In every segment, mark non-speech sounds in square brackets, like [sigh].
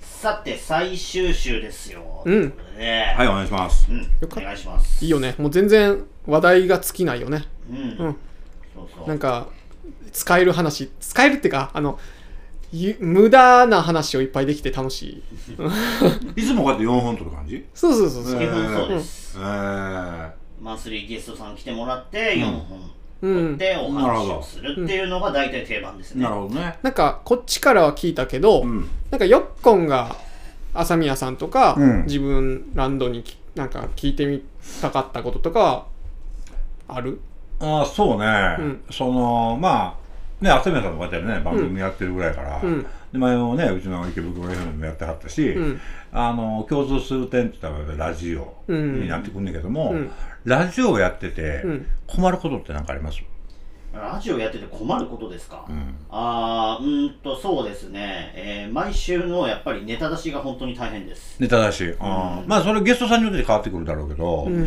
さて、最終週ですよ。うんということでねはい、お願いします。うん。よおかっ願いします。いいよねもう全然話題が尽きないよねうん。うんそうそう。なんか使える話使えるってかあのゆ無駄な話をいっぱいできて楽しいいつもこうやって4本撮る感じそうそうそううそんう基本そうです。えー、マンスリーゲストさん来てもらって、4本うんでおなる話ほをどするっていうのが大体定番ですね。なるほどね。なんかこっちからは聞いたけど、うん。なんかよっこんが朝宮さんとか、うん自分ランドにきなんか聞いてみたかったこととかあるああ、そうね。うんその、まあ、ね、浅宮さんもこうやってね、番組やってるぐらいから、うんで前もね、うちの池袋 FM もやってはったし、うんあの、共通する点って言ったらラジオうんになってくんねんけども、うんラジオをやっててうん、困ることって何かあります、ラジオやってて困ることですか、んあーうーんとそうですね、えー毎週のやっぱりネタ出しが本当に大変ですネタだし、うんまあそれゲストさんによって変わってくるだろうけど、ううん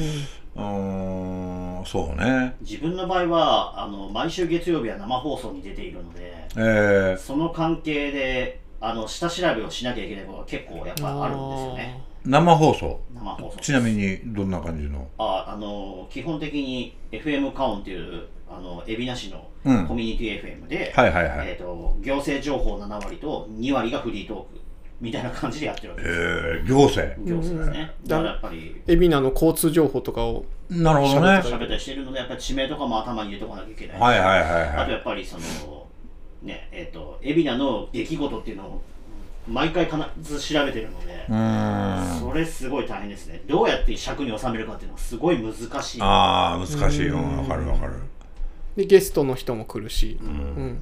ーん、そうね。自分の場合はあの毎週月曜日は生放送に出ているのでえー、その関係であの下調べをしなきゃいけないことが結構やっぱあるんですよね生放送。生放送ちなみにどんな感じのああの基本的に FM カオンっていうあの海老名市のうんコミュニティ FM で、はいはいはいえー、と行政情報7割と2割がフリートークみたいな感じでやってるわけえです、ー、行政行政ですね、うんだからやっぱり海老名の交通情報とかをなるほどね喋って喋ったりしてるので、やっぱり地名とかも頭に入れとかなきゃいけないし、はいはいはいあとはやっぱりその、ねえっと海老名の出来事っていうのを毎回必ず調べてるので、いうーんそれすごい大変ですね、どうやって尺に収めるかっていうのはすごい難しい、ああ難しいよわかるわかるでゲストの人も来るしうん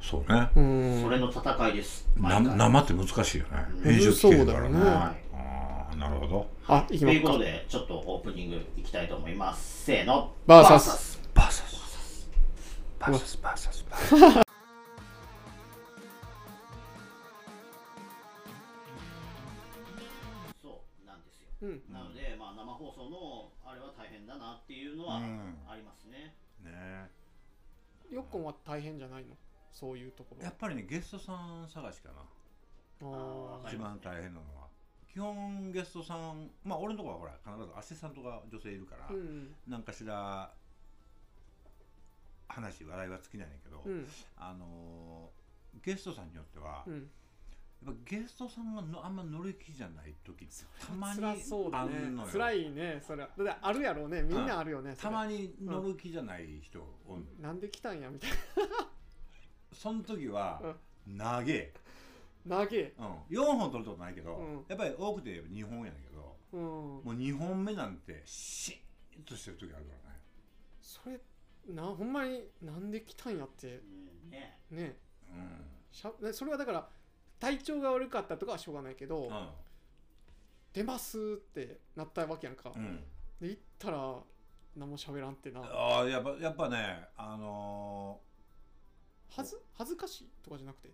そうねうんそれの戦いです、な毎回。生って難しいよねうん編集つけるからねそうだよねああなるほどあ行きとまいうすことかで、ちょっとオープニングいきたいと思います。せーの、バーサスバスバーサスバーサスバーサスバーサスそうなんですよ。うんなので、まあ、生放送のあれは大変だなっていうのはうんありますね。ねよっこんは大変じゃないのそういうとこやっぱりねゲストさん探しかなろあわか一ります番大変なのは基本ゲストさんまあ俺のとこはほら必ずアシスタントが女性いるからあうんなんかしら話話題は尽きないんだけど、うんあのーゲストさんによっては、うやんっぱゲストさんがのあんま乗り気じゃない時たまに辛そうあだねんのよ辛いねそれだってあるやろうねみんなあるよねそたれまに乗る気じゃない人おんの、なんで来たんやみたいその時は、長え、な [laughs] 長えうん、4本取ることないけど、うんやっぱり多くて2本やねんけどうんもう2本目なんてシーンとしてる時あるからねそれなほんまになんで来たんやってうんね、ねうんしゃねそれはだから体調が悪かったとかはしょうがないけど、うん出ますってなったわけやんか、うんで行ったら何も喋らんってなああやっぱやっぱねあのーはず恥ずかしいとかじゃなくて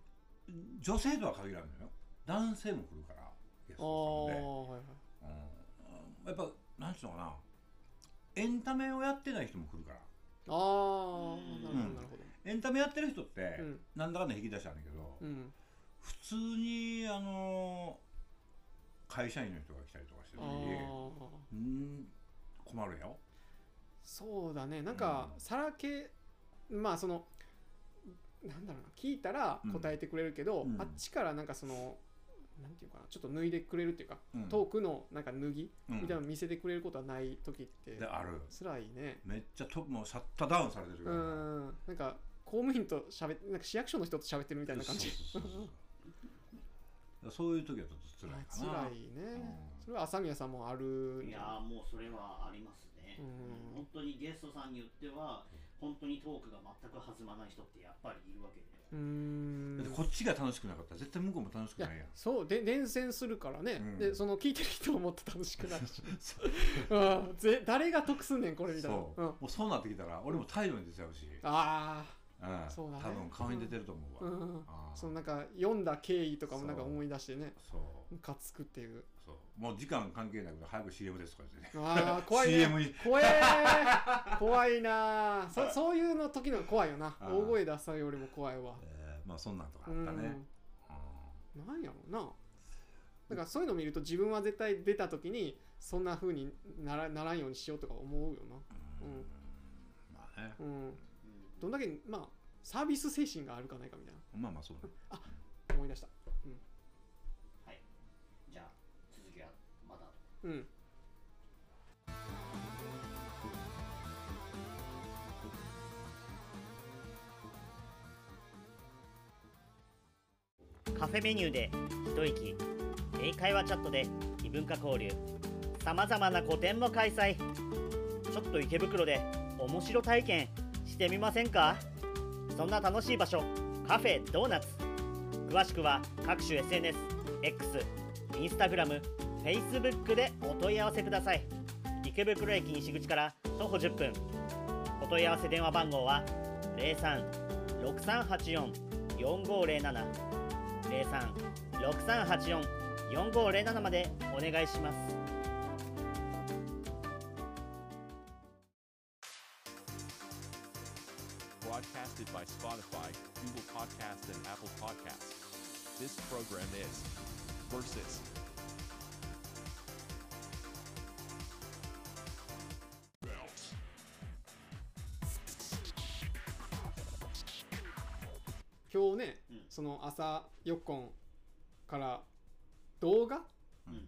女性とは限らんのよ男性も来るからゲスあトあさんで、はいはいうん、やっぱなんていうのかなエンタメをやってない人も来るからああなるほどうんなるほどエンタメやってる人って、うんなんだかんだ引き出しあるんだけど、うん普通にあのー会社員の人が来たりとかしてるあ時あうん困るよそうだねなんかうんさらけまあそのなんだろうな聞いたらうん答えてくれるけど、うんあっちからなんかそのなんていうかなちょっと脱いでくれるっていうか、うんトークのなんか脱ぎうんみたいなの見せてくれることはない時ってである辛いねめっちゃともうシャッターダウンされてるうから、んなんか公務員と喋ってなんか市役所の人と喋ってるみたいな感じそうそうそうそうそういう時はちょっと辛いか辛ないねそれは朝宮さんもあるいやーもうそれはありますね、うん本当にゲストさんによっては本当にトークが全く弾まない人ってやっぱりいるわけで、うーだっんてこっちが楽しくなかったら絶対向こうも楽しくいなやいやんそうで伝染するからね、うんでその聞いてる人ももっと楽しくな [laughs] るしそうんぜ誰が得すんねんこれみたいなそう、うん、もうそうなってきたら俺も態度に出ちゃうし、あうんそうだね多分顔に出てると思あううわ、んあーそのなんか読んだ経緯とかもなんかそう思い出してねそうムカつくっていうそうもう時間関係なく早く CM ですとか言ってね [laughs] あー怖い CM ねに怖えー怖いなーそそういうの時のが怖いよなあー大声出さよりも怖いわえーまあそんなんとかあったね、うんなんやろうなだからそういうのを見ると自分は絶対出た時にそんな風にならならんようにしようとか思うよなうんまあねうんうんどんだけまあサービス精神があるかないかみたいなまあまあそうだね思い出したはいじゃあ続きはまた後うんカフェメニューで一息英会話チャットで異文化交流さまざまな個展も開催ちょっと池袋で面白体験してみませんかそんな楽しい場所カフェドーナツ詳しくは各種 SNSXInstagramFacebook でお問い合わせください池袋駅西口から徒歩10分お問い合わせ電話番号は03 6384-4507 03-6384-4507までお願いします。 broadcasted by Spotify, Google Podcasts, and Apple Podcasts. This program is Versus. Bounce. 今日ね、うんその朝よっこんから動画、うん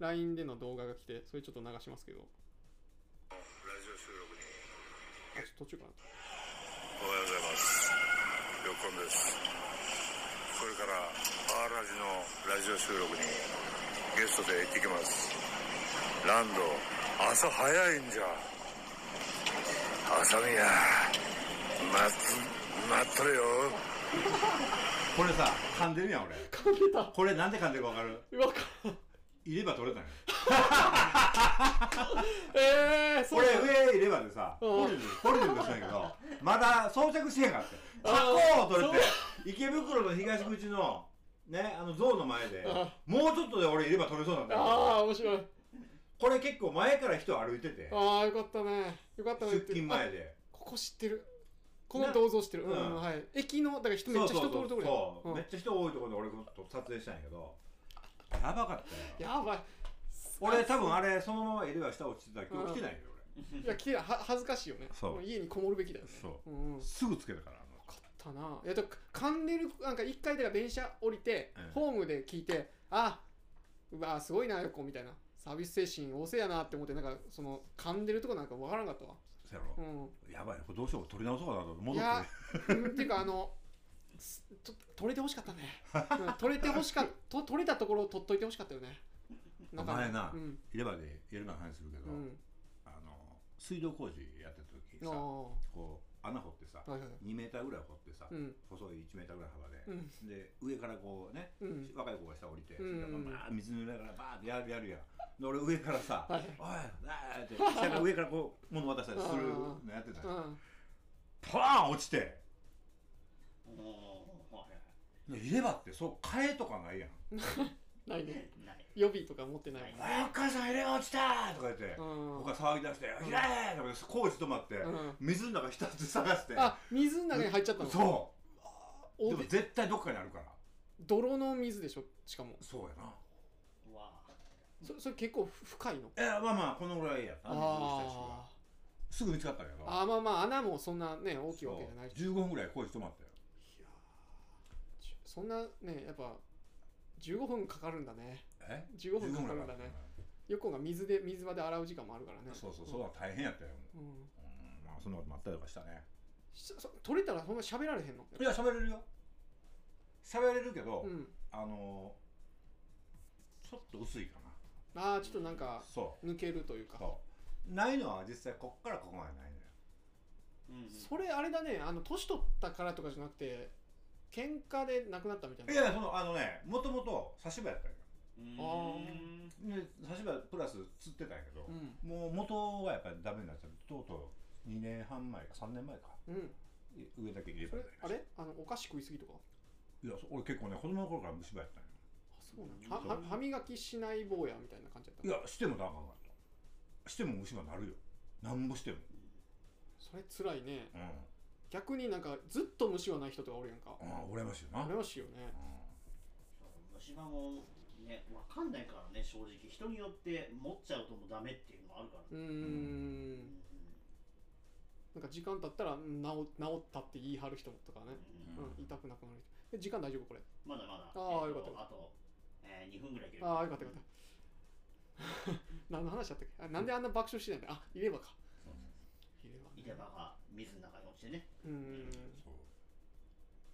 LINE での動画が来てそれちょっと流しますけどラジオ収録にあちょっと途中かなおはようございますよっこんですこれからパーラジのラジオ収録にゲストで行ってきますランド朝早いんじゃ朝宮待っ待っとれよこれさ噛んでるやん俺噛んでたこれなんで噛んでるか分かるうわかいれば取れたのよええー、そこうれなの上いればでさうんホルディングホルディングしたんや [laughs] けどまだ装着してへんかって箱を取れて池袋の東口のねあの像の前であもうちょっとで俺いれば取れそうなんだよああ面白いこれ結構前から人歩いててああよかったねよかったね出勤前あでここ知ってるこの銅像知ってる、うなんうんうんはい駅のだから人めっちゃ人通るところやそうそうそうそううんめっちゃ人多いところで俺と撮影したんやけどやばかったよやばい俺多分あれそのまま入れは下落ちてたけど来てないよ俺いやきれいは恥ずかしいよねそうも家にこもるべきだよねそううん、よすぐつけたからあのかったないやだから噛んでるなんか一回だから電車降りて、うんホームで聞いてあうわすごいなよこみたいなサービス精神旺盛やなって思ってなんかその噛んでるとこなんかわからんかったわそやろうんやばいこれどうしよう取り直そうかなと思ってい戻っやてうんっていうかあのすちょ取れてほしかったね、うん、取れてほしかと取れたところを取っといてほしかったよねお前な、うん入れ歯でやるな話するけど、うんあの水道工事やってた時あさーこう穴掘ってさ、はいはいはい2メーターぐらい掘ってさ、うん細い1メーターぐらい幅で、うんで上からこうね、うん若い子が下降りて、うんそれからバーッ水濡れながらバーってやるやるやんで俺上からさ「はいおいあーって下から上からこう物渡したりするのやってたうよんパーン落ちておーはいはで入れ歯ってそう替えとかないやんないねいない予備とか持ってない「もんおいお母さん入れ歯落ちた!」とか言って、ん僕は騒ぎ出して「入れー!」とか言って工事止まって、うん水の中ひたすら探してあ水の中に入っちゃったのそうおでも絶対どっかにあるから泥の水でしょしかもそうやなうわそそれ結構ふ深いのえまあまあこのぐらいやったあすぐ見つかったけどーあーまあまあ穴もそんなね大きいわけじゃないし15分ぐらい工事止まったよそんなねやっぱ15分かかるんだねえ15分かかるんだねよっこんが水で水場で洗う時間もあるからねそうそうそう大変やったようんうんまあそんなこともあったりとかしたねしそ取れたらそんな喋られへんのいや喋れるよ喋れるけどうんあのーちょっと薄いかああちょっとなんかなそう抜けるというかそうないのは実際こっからここまでないのーようんそれあれだねあの年取ったからとかじゃなくて喧嘩で亡くなったみたいいなやいやそのあのねもともと差し歯やったんようんあで差し歯プラス釣ってたんやけど、うんもう元はやっぱりダメになっちゃってとうとう2年半前か3年前かうんい上だけ入れそ歯にれあれあなりましたのお菓子食いすぎとかいやそ俺結構ね子供の頃から虫歯やったんよあそうなんだはは歯磨きしない坊やみたいな感じだったいやしてもなあかんかったしても虫歯なるよなんぼしてもそれ辛いねうんあ逆になんかずっと虫はない人とかおるやんかあ羨ましいよな羨ましいよね虫歯もねね分かんないからね正直人によって持っちゃうともうダメっていうのもあるからうーね、うんんなんか時間経ったらうん治治ったって言い張る人もとかね、うんうん痛くなくなる人え時間大丈夫これまだまだあーえよとかったよかあと、えー、2分ぐらいいけるああよかったよかった [laughs] 何の話だったっけあなんであんな爆笑してないんだあいればかそうそうそいればういてばが水の中に落ちてねうーんそう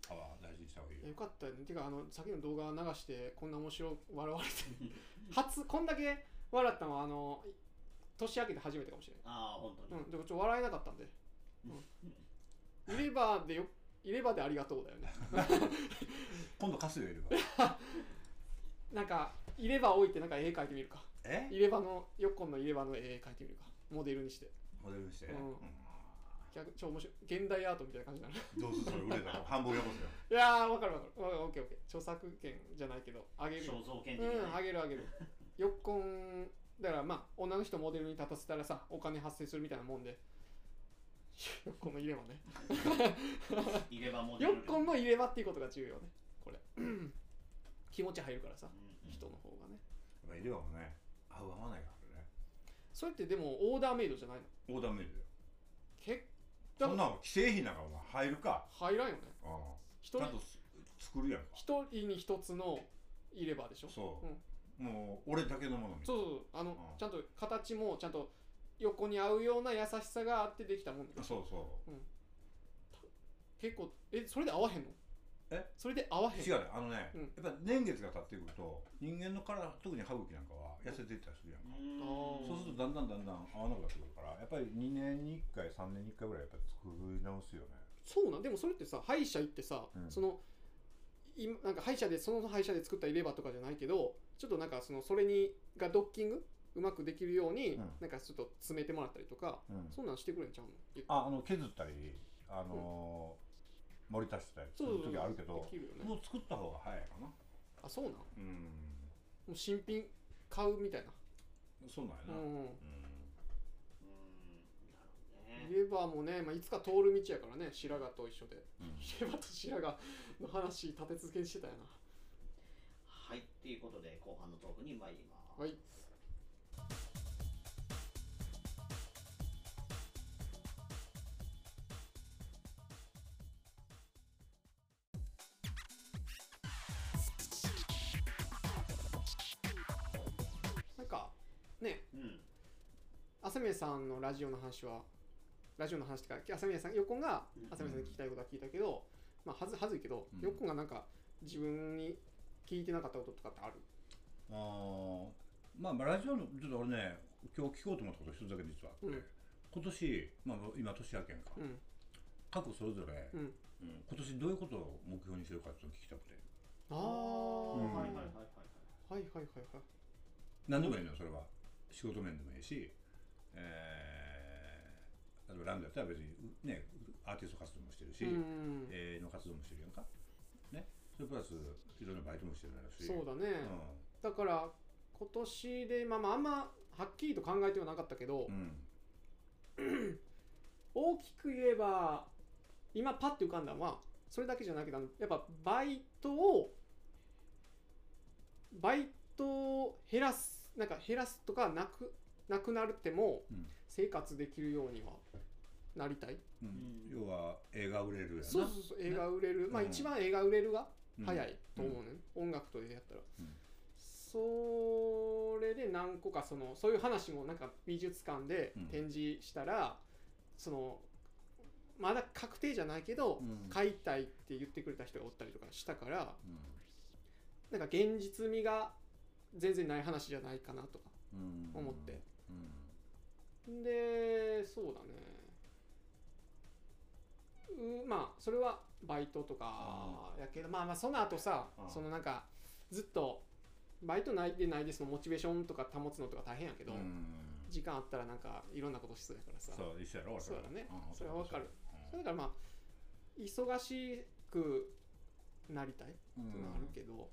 パワー大事にした方がいいよよかったよねてかあのさっきの動画流してこんな面白い笑われて初こんだけ笑ったのはあの年明けて初めてかもしれないああ本当に、うん、でもちょっと笑えなかったんで。うん、入れ歯でよ、入れ歯でありがとうだよね。今度貸すよいればなんか、入れ歯置いてなんか絵描いてみるか。え入れ歯の、ヨッコンの入れ歯の絵描いてみるか。モデルにして。モデルにして、うんうん逆超面白い。現代アートみたいな感じになる。どうするそれ売れたら半分よこせよいやー、わかるわかる。わオッケーオッケー。著作権じゃないけど、あげるよ。肖像権的うん、な、あねげるあげる。よっこん、だからまあ、女の人モデルに立たせたらさ、お金発生するみたいなもんで。よっこんの入れ歯ね。入れ歯モデルよっこんの入れ歯っていうことが重要ね。これ。 [clears throat] 気持ち入るからさう。んうん人の方がねまあ入れ歯もね合う合わないからねそれってでもオーダーメイドじゃないのオーダーメイドだよ結そん構なの既製品なんかお前入るか入らんよねうんち一ゃんと人す作るやんか一人に一つの入れ歯でしょそう、ん、もう俺だけのものみたそいうそうそうあの、うんちゃんと形もちゃんと横に合うような優しさがあってできたもんだなそうそ結構えそれで合わへんのえそれで合わうへん違うねあのね、うんやっぱ年月が経ってくると人間の体特に歯茎なんかは痩せていったりするやんか、うんそうするとだんだんだんだん合わなくなってくるからやっぱり2年に1回3年に1回ぐらいやっぱり作り直すよねそうなんでもそれってさ歯医者行ってさ、うんその今なんか歯医者でその歯医者で作った入れ歯とかじゃないけどちょっとなんかそのそれにがドッキングうまくできるように、うんなんかちょっと詰めてもらったりとか、うんそんなんしてくれんちゃうのああの削ったりあのー盛り足したりすそうそうそるう時あるけどできるよねもう作った方が早いかなあそうなんもうんう新品買うみたいな、そうなんうやな、うんんうんなるほどね入れ歯もね、まあ、いつか通る道やからね白髪と一緒で、うん入れ歯と [laughs] 白髪の話立て続けにしてたよなはいっていうことで後半のトークに参ります、はいなんかねうん浅宮さんのラジオの話はラジオの話ってか浅宮さん横がうん浅宮さんに聞きたいことは聞いたけど、まあはずはずいけど、うん横がなんか自分に聞いてなかったこととかってあるあーまあまあラジオのちょっと俺ね今日聞こうと思ったこと一つだけ実はあって、うん今年、まあ、今年明けんか、うん各それぞれ、うんうん今年どういうことを目標にしてるかっていうのを聞きたくてああ、うんははいいはいははいはいいはいはいはいはい何でもいいのよそれは仕事面でもいいし、えー例えばランドやったら別にうねアーティスト活動もしてるし、うんえーの活動もしてるやんかねそれプラスいろんなバイトもしてるやろしそうだね、うだから今年でまあまああんまはっきりと考えてはなかったけど、ん、うん、大きく言えば今パッて浮かんだのはそれだけじゃないけどあのやっぱバイトをバイトを減らすなんか減らすとかなくなくなるってもうん生活できるようにはなりたい、うん要は映画売れるやなそうそうそう映画売れる、まあうん一番映画売れるがうん早いと思うね、音楽と映画やったら、んそれで何個かそのそういう話もなんか美術館でうん展示したら、そのまだ確定じゃないけど、うん買いたいって言ってくれた人がおったりとかしたからうなんか現実味が全然ない話じゃないかなとかん思って、うんでそうだねうまあそれはバイトとかやけどまあまあその後さうんそのなんかずっとバイトないでないですのモチベーションとか保つのとか大変やけど、うん時間あったらなんかいろんなことしそうやからさそう一緒やろそうだねんそれはわかるうんそれだからまあ忙しくなりたいっていうのはあるけど、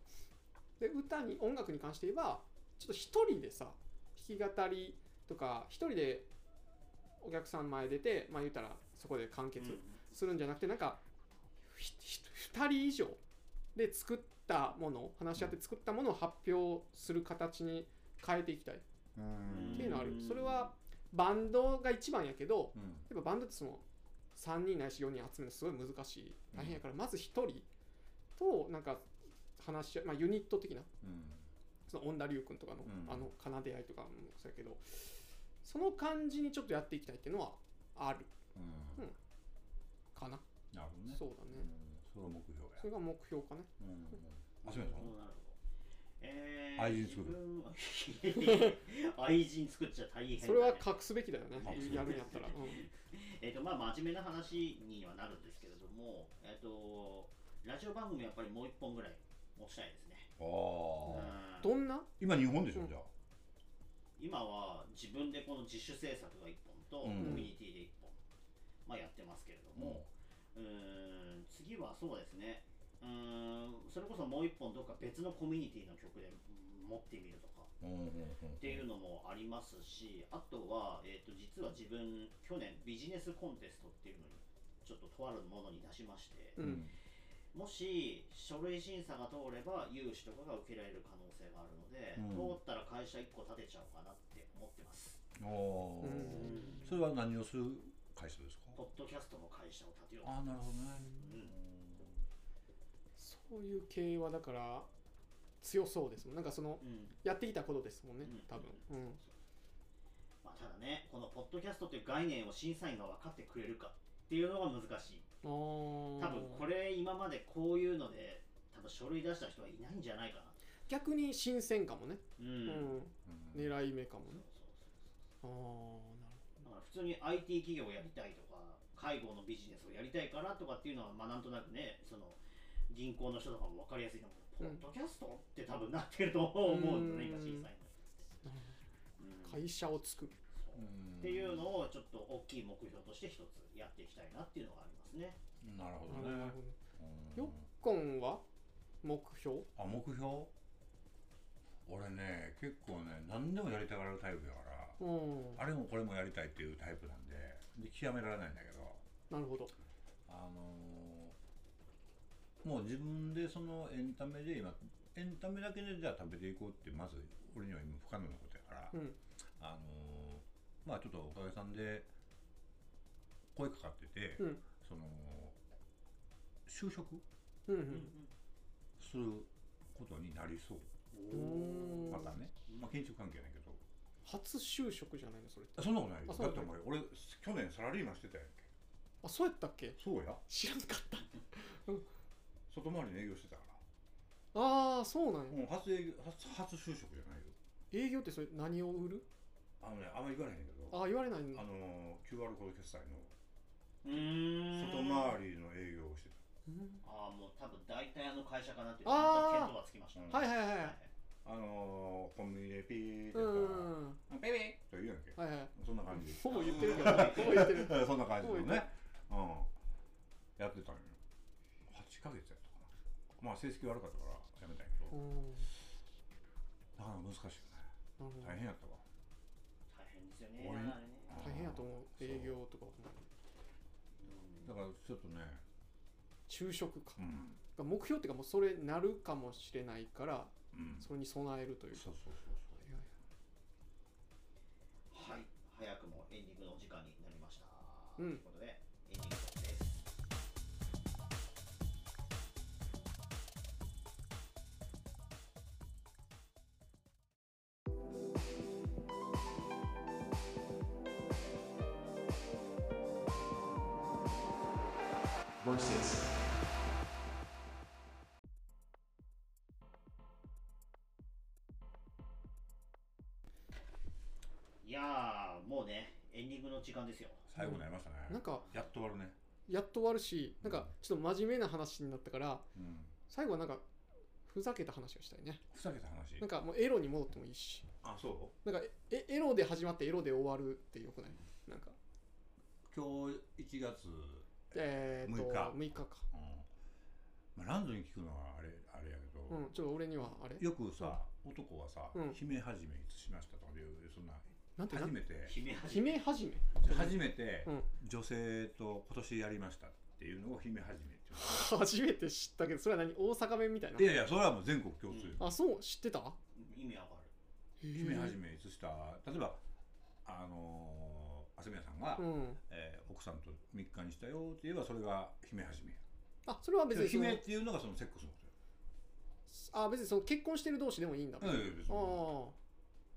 で歌に音楽に関して言えばちょっと一人でさ弾き語りとか一人でお客さん前出てまあ言ったらそこで完結するんじゃなくて、なんかひひ二人以上で作っったもの話し合って作ったものを発表する形に変えていきたいっうんていうのはあるそれはバンドが一番やけどうんやっぱバンドってその3人ないし4人集めるのすごい難しい大変やからまず1人となんか話し合い、まあ、ユニット的なうんその恩田龍君とかの,、うんあの奏で合いとかもそうやけどその感じにちょっとやっていきたいっていうのはあるうんかな、なるほどねそうだうねんそれが目標やそれが目標かねうんあすみませんなるほどえー、愛人作る自分は [laughs] 愛人作っちゃ大変だ、ね、それは隠すべきだよね隠すべきやるんやったら、うんえっとまあ、真面目な話にはなるんですけれども、えっとラジオ番組やっぱりもう一本ぐらい持ちたいですね。ああうんどんな今日本でしうょんじゃあ今は自分でこの自主制作が一本と、うんコミュニティで一本、まあ、やってますけれども、うーん次はそうですねうーんそれこそもう一本どっか別のコミュニティの曲でうん持ってみるとかうんうんうんっていうのもありますしあとは、えー、と実は自分去年ビジネスコンテストっていうのにちょっととあるものに出しまして、ううんんもし書類審査が通れば融資とかが受けられる可能性があるので、うん通ったら会社1個建てちゃおうかなって思ってますあうーんそれは何をする会社ですかポッドキャストの会社を建てようああなるほどねそういう系はだから強そうですもんなんかそのうん、うんやってきたことですもんうねん多分、うんまあ、ただねこのポッドキャストという概念を審査員が分かってくれるかっていうのが難しいあー多分これ今までこういうので多分書類出した人はいないんじゃないかな逆に新鮮かもね、うん、うんうん狙い目かもそうねそうああなるほそうだから普通に IT 企業をやりたいとか介護のビジネスをやりたいからとかっていうのはまあなんとなくねその銀行の人とかも分かりやすいのもポッドキャストって多分なってると思うんだよねう今ん審査員どなるの人ほどって、うん会社を作るそうっていうのをちょっと大きい目標として一つやっていきたいなっていうのがありますねなるほどなねるほどうよん今は目標あ目標俺ね結構ね何でもやりたがるタイプだからうんあれもこれもやりたいっていうタイプなんでで極められないんだけどなるほどあのーもう自分でそのエンタメで今エンタメだけでじゃあ食べていこうってまず俺には今不可能なことやから、うんあのーまあちょっとおかげさんで声かかってて、うんその就う職んすることになりそううんうんまたね、まあ、建築関係ないけど初就職じゃないのそれってあそんなことないよあそうだなんってだお前俺去年サラリーマンしてたやんけあそうやったっけそうや知らんかった外回りの営業してたかああそうなんやら、もう初営業初初就職じゃないよ営業ってそれ何を売るあのねあんまり言わないんだけどああ言われないんあだのー、QR コード決済のうーん外回りの営業をしてうんああもう多分大体あの会社かなっていうあー見当はつきました、うんはいはいはいはいはたあのー、コンビニでピーってうやっんはたら「ペペー!」と言うやんけいはいそんな感じ [laughs] ほぼ言ってるけどほぼ言ってるそん [laughs] な感じのね、うん、やってたのよ8ヶ月やったかなまあ成績悪かったからやめたんやけどうだんから難しいよなるほどね大変やったわ大変ですよね俺あれね大変やと思うそう営業とかもだからちょっとね就職かうん目標っていうかもうそれなるかもしれないからうんそれに備えるというそうそうそういやいやはい早くもエンディングのお時間になりました、うんということでエンディングですいやーもうねエンディングの時間ですよ最後になりましたねなんかやっと終わるねやっと終わるしなんかちょっと真面目な話になったからうん最後はなんかふざけた話をしたいねふざけた話なんかもうエロに戻ってもいいしあそなんかえエロで始まってエロで終わるってよくないなんかう今日1月、えー、っと6日6日かうんまあ、ランドに聞くのはあれあれやけど、うんちょっと俺にはあれよくさ男はさ「うん姫始めいつしました」とかいうそんななんてな初めて姫はじめ姫始め [laughs] 初めてうん女性と今年やりましたっていうのを姫はじめって言初めて知ったけどそれは何大阪弁みたいなういやいやそれはもう全国共通よ、あそう知ってた意味わかる姫はじめいつした例えばあのー、浅宮さんが、うんえー奥さんと3日にしたよって言えばそれが姫はじめあそれは別にその姫っていうのがそのセックスのこあ別にその結婚してる同士でもいいんだとよ、ええ別にあ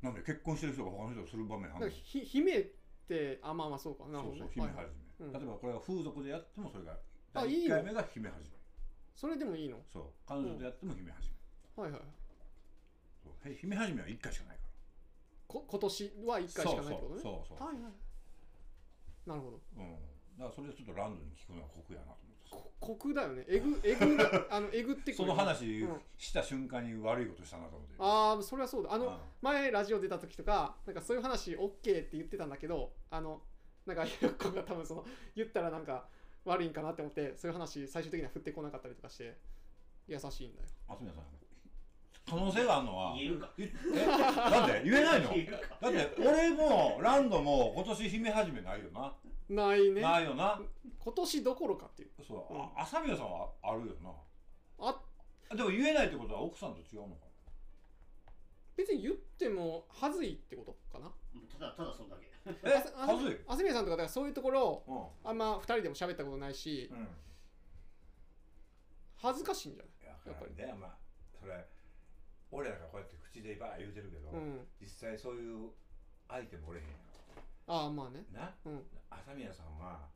なんで結婚してる人が他の人とする場面あだあかるらひ姫ってあまあまあそうかなるのそほうど、ね、そう姫はじはいはいめ、うん例えばこれは風俗でやってもそれがあ第いい1の回目が姫はじめそれでもいいのそう彼女とやっても姫はじめ、はいはいそうへ姫はじめは1回しかないからこ今年は1回しかないってことねそうそうそうそう、はいはいなるほどうん、だからそれはちょっとランドに聞くのは酷やなと思ってこコクだよねえぐえぐ [laughs] あのえぐってくるその話うんした瞬間に悪いことしたなと思ってああそれはそうだあの、うん前ラジオ出た時とかなんかそういう話 OK って言ってたんだけどあのなんか [laughs] ゆっこが多分その言ったらなんか悪いんかなって思ってそういう話最終的には振ってこなかったりとかして優しいんだよ松宮さん可能性があるのは言えるかえなんで言えないの言えるかだって俺もランドも今年姫始めないよな、ないねないよな今年どころかっていうそううんあ浅宮さんはあるよあなでも言えないってことは奥さんと違うのか別に言ってもはずいってことかなただただそんだけなえはずいあすみやさんとかだからそういうところうん、あんま2人でも喋ったことないしうん、恥ずかしいんじゃいやわかるねまあそれ俺らがこうやって口でバー言うてるけど、ないうん実際そういう相手もおれへんやああまあねろなうん朝宮さんは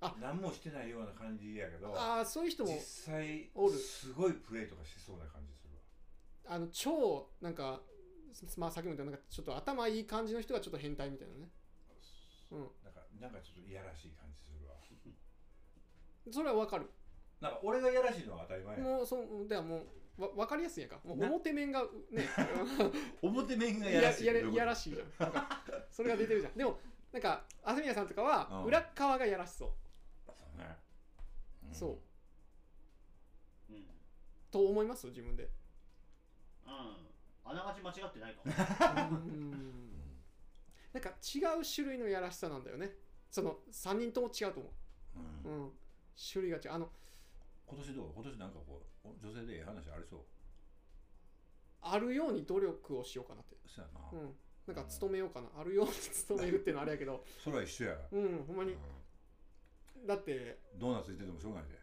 あ何もしてないような感じやけどああそういう人も実際おるすごいプレーとかしそうな感じするわあの超なんかすまあさっきも言ったなんかちょっと頭いい感じの人がちょっと変態みたいなねうんなんかなんかちょっといやらしい感じするわそれはわかるなんか俺がいやらしいのは当たり前やもうそうではもうわわかりやすいやんかもうな表面がね表面がい [laughs] ややらしいいやどういいうことやらしいじゃんなんかそれが出てるじゃんでもなんか浅宮さんとかはうん裏側がやらしそう、そうね、んそううんうんと思います自分で [laughs] あながち間違ってないかもうーんなんか違う種類のやらしさなんだよねその3人とも違うと思うう、んうん、種類が違うあの今年どう今年なんかこうお女性でええ話ありそうあるように努力をしようかなってそうやな、うん、なんか勤めようかな、あるように勤めるっていうのはあれやけど、 [laughs] それは一緒や、うん、ほんまに、うんだって、ドーナツいててもしょうがないで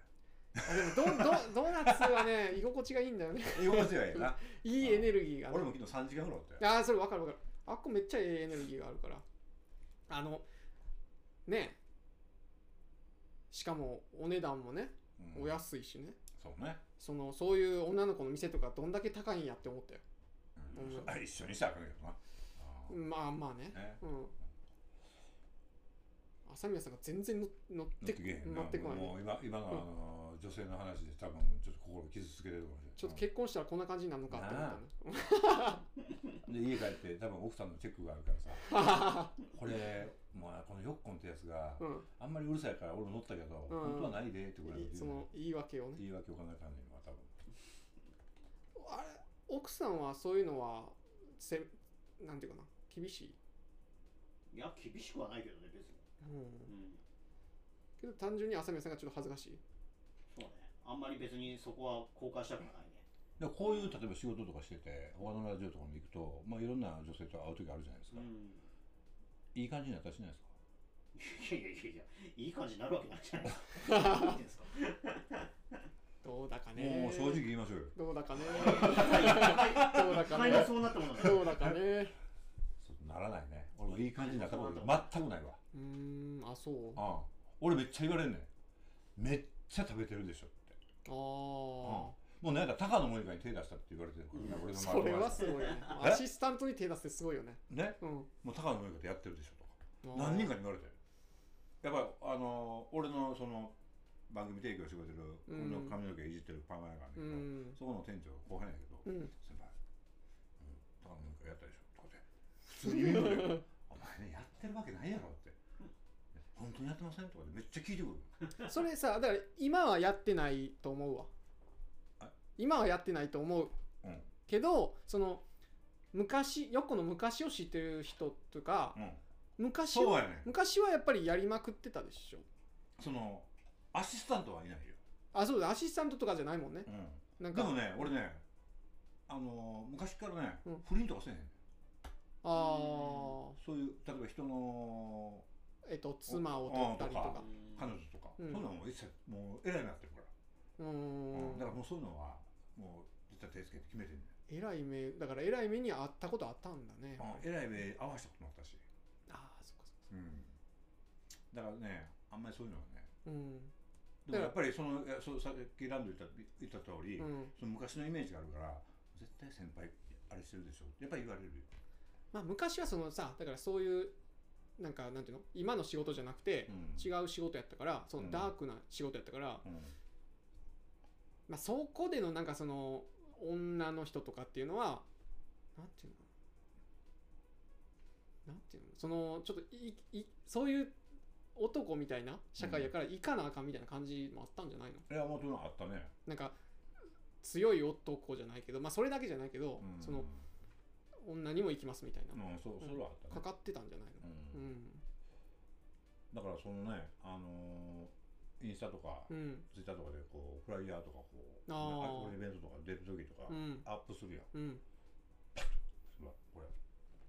あでもドドドーナツはね、 [laughs] 居心地がいいんだよね、居心地がええないいエネルギーがある俺も昨日3時間ぐらいおったよああ、それわかるわかる、あっこめっちゃええエネルギーがあるから、あの、ねえ、しかもお値段もね、うんお安いしね、そうね、そのそういう女の子の店とか、どんだけ高いんやって思ったよ、うんうんあ一緒にしたらあかんけどな、あまあまあねー、ねうん。朝宮さんが全然の乗っ乗っててけえへんな乗ってこないね、もう今今のあうんの女性の話で多分ちょっと心傷つけてるかもしれないちょっと結婚したらこんな感じになるのかって思っで家帰って多分奥さんのチェックがあるからさた [laughs] ね。これもうこのヨッコンってやつがうんあんまりうるさいから俺も乗ったけど、うん本当はないでってぐらいのいその言い訳をね。言い訳を考えたんだ今多分あれ奥さんはそういうのはせなんていうかな厳しい、いや厳しくはないけどね別にうん、うんけど単純に朝宮さんがちょっと恥ずかしい。そうねあんまり別にそこは公開したくはないねでもこういう例えば仕事とかしてて他のラジオとかに行くと、まあ、いろんな女性と会う時あるじゃないですうか、んいい感じになったりしないですかいやいやいやいやいい感じになるわけないじゃないですかどう言ってん [laughs] すかどうだかね。もう正直言いましょうよどうだかね。どうだか買いがね。そうなったものだどうだかね。そうならないね俺もいい感じになったこと全くないうーん、あ、そう。あわ、うん、俺めっちゃ言われんねんめっちゃ食べてるでしょってあー、もうなんか高野モニカに手出したって言われてるからね、俺のそ周りれははすごいね。アシスタントに手出すってすごいよね。ねうん。もう高野モニカでやってるでしょとかあー何人かに言われてやっぱあのー俺のその番組提供してくれてる、うん俺の髪の毛いじってるパーマ屋があるんうだけど、ん。そこの店長後輩なんやけど、うん。先輩、うん、高野モニカやったでしょとかって普通に言うの [laughs] よお前ねやってるわけないやろって本当にやってませんとかでめっちゃ聞いてくるそれさだから今はやってないと思うわあ今はやってないと思ううんけどその昔よっこの昔を知ってる人とかうん昔そうはやね昔はやっぱりやりまくってたでしょそのアシスタントはいないよ、あそうだアシスタントとかじゃないもんねうなんん、かでもね俺ねあのー昔からね、うん不倫とかせえへんああそういう例えば人のえっと妻を取ったりとあかと彼女とか、うんそういうのも一切もう偉いなってるから、ううんーだからんもうそういうのはもう絶対手つけて決めてんね偉い目だから偉い目にあったことあったんだねあん、偉い目合わせたこともあったし、あーそっかそっかうん、だからねあんまりそういうのはねうんでもやっぱりそのいやそうさっきランド言った言った通り、うんその昔のイメージがあるから絶対先輩あれしてるでしょやっぱり言われるよまあ昔はそのさだからそういうなんかなんていうの今の仕事じゃなくて、うん違う仕事やったからそのダークな仕事やったから、うんまあ、そこでのなんかその女の人とかっていうのはなんていうのなんていうのそのちょっといいそういう男みたいな社会やからいかなあかんみたいな感じもあったんじゃないの、いやもちろんあったね、なんか強い男じゃないけどまあそれだけじゃないけど、うん、その女にも行きますみたいな、うん、そうそれはあったかね、かってたんじゃないのううんんだからそのねあのーインスタとか、うんツイッターとかでこうフライヤーとかこあうなんーかこうイベントとか出る時とか、うんアップするやんうんうわこれ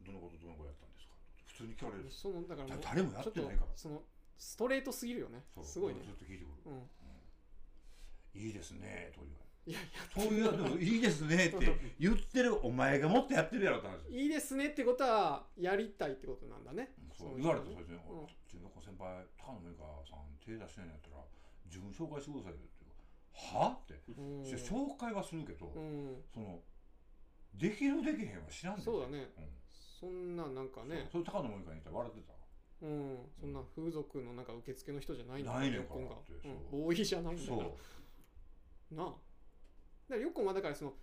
どのことどのことやったんですか普通に聞かれるそのだからもうだ誰もやちょっってとないからそのストレートすぎるよねそうすごいねずっと聞いてくる、うんいいですねとか言われい [laughs] やいやそういうのもいいですねって言ってるお前がもっとやってるやろって話いいですねってことはやりたいってことなんだね。そうの言われた人最ね初にうんお「純子先輩高野美香さん手出してんのやったら自分紹介してくださいよ」って言うはあ?」ってうんし紹介はするけど、うんそのできるできへんは知らんでそうだね。うんそんななんかね、そうそれ高野美香に言ったら笑ってたわうん、そんな風俗のなんか受付の人じゃないんだないねん結婚がこれだってそううん、ボーイじゃないんだからそなあ。だからよくはだからその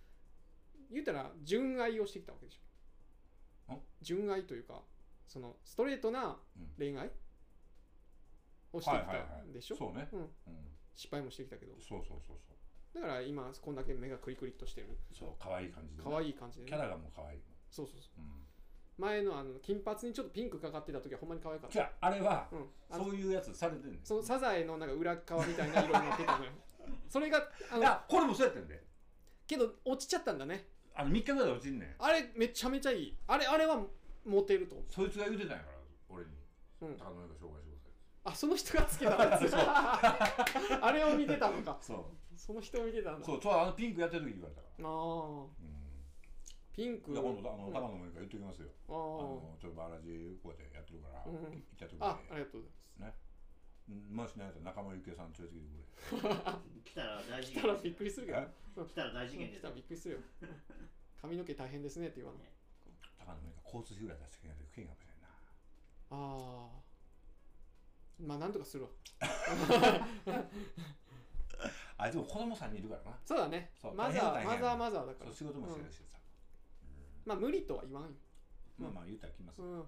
言ったら純愛をしてきたわけでしょん。純愛というかそのストレートな恋愛をうしてきはいはいたはいんでしょ。そうね、うんうん失敗もしてきたけど。そうそうそうそだうから今こんだけ目がクリクリっとしてるそう可愛い感じでね、可愛い感じで、キャラがもう可愛い、そうそうそう。うん、前のあの金髪にちょっとピンクかかってた時はほんまに可愛かっじた。ゃああれは、うん、あのそういうやつされてんねんそのサザエのなんか裏側みたいな色になってたの [laughs] よ。それがあいのやこれもそうやってんでけど落ちちゃったんだね。あの3日ぐらいで落ちんねんあれめちゃめちゃいい。あれあれはモテると思そいつが言うてたんやから俺にう。うん、高野美香紹介してくださいあその人が好きだったんですよ [laughs] あれを見てたのか。そうその人を見てたんだ。そう、そうあのピンクやってる時言われたかああら。うん。ピンク。いや、今度、うんあの、高野もいいから言っときますよ。ああーの、ちょっとバラジこうやってやってるから、うん行った時あありにがとうございます。うん、もしないと仲間由紀恵さん連れてきて来くたら大事来たらびっくりするけれ。ど。え来たら大事うん件で来すたらびっくりするよ。髪の毛大変ですねって言わない。高野もいいから交通費ぐらい出してくれないと食えんかもしれんな。ああまあなんとかするわ [laughs] あ、でも子供さんにいるからな。そうだねそうマザ大ー変マやザー大変マザーだかそらう、仕事もしてるしさ。まあ無理とは言わんよ、まあまあ、言うたら来ますうよ。んま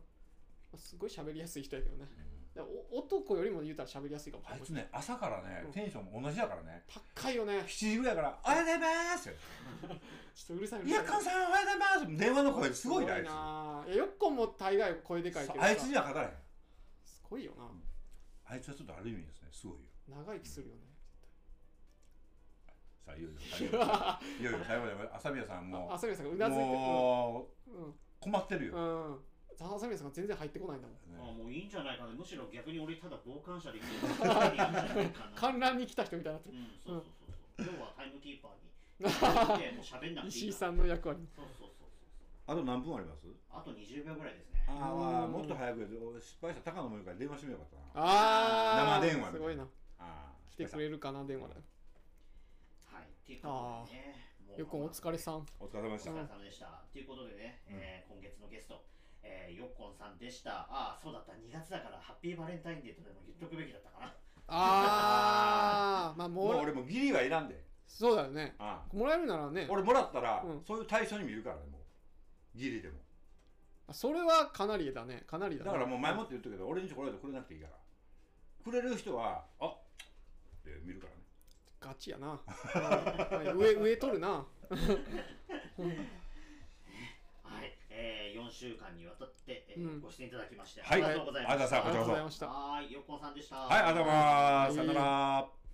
あ、すごい喋りやすい人やけどねうんだからお男よりも言うたら喋りやすいかもしあいつれないね、朝からねうん、テンションも同じだからね。高いよね7時ぐらいから、おはようございますよちょっとうるさいうるいさや、かんさん、おはようございます電話の声、すごいね、あいつ。なあいやよっこも大概声でかいけどさあいつには勝たれへん。すごいよあいつはちょっとある意味ですね、すごいよ。な長生きするよねさあ、いよいよ [laughs] 最後だ、いよいよ最後だよ、朝宮さんも [laughs] あ、浅宮さんがううなずいてもるうんう困ってるよ。うん、うん、浅宮さんが全然入ってこないんだもんあねもういいんじゃないかなむしろ逆に俺ただ傍観者でいい [laughs] んじゃないかな観覧に来た人みたいになってうるんそうそうそう今日はタイムキー [laughs] パーにでもう喋んなくていいから石井さんの役割そうそうそうそうあと何分ありますあと20秒ぐらいですねああ、うんもっと早くやる、お失敗した高野もいるから電話してみようかったな。ああ生電話みたいなすごいなああ、来てくれ。れるかな電話だはいっていうことでねもうよくお疲れさんお疲れお様でした疲。れ様でした。ということでね、えー今月のゲスト、えー、よっこんさんでした。ああ、そうだった、2月だからハッピーバレンタインデーとでも言っとくべきだったかな。あーまあももうら俺もギリはいらんで。そうだよねああもらえるならね俺もらったらう、んそういう対象に見るからね、もう。ギリでも。あそれはかなりだねかなりだ,、ね、だからもう前もって言ったけど、俺にチョコレートくれなくていいから。くれる人は、あっって見るからね。ガチやなうん上上取るなはい、えー、4週間にわたって、えーうんご出演いただきまして、はい、ありがとうございま [laughs] ありがとうごした。あざいますりがとうございましたはーい、よっこんさんでした。はい、ありがとうございます。さよなら。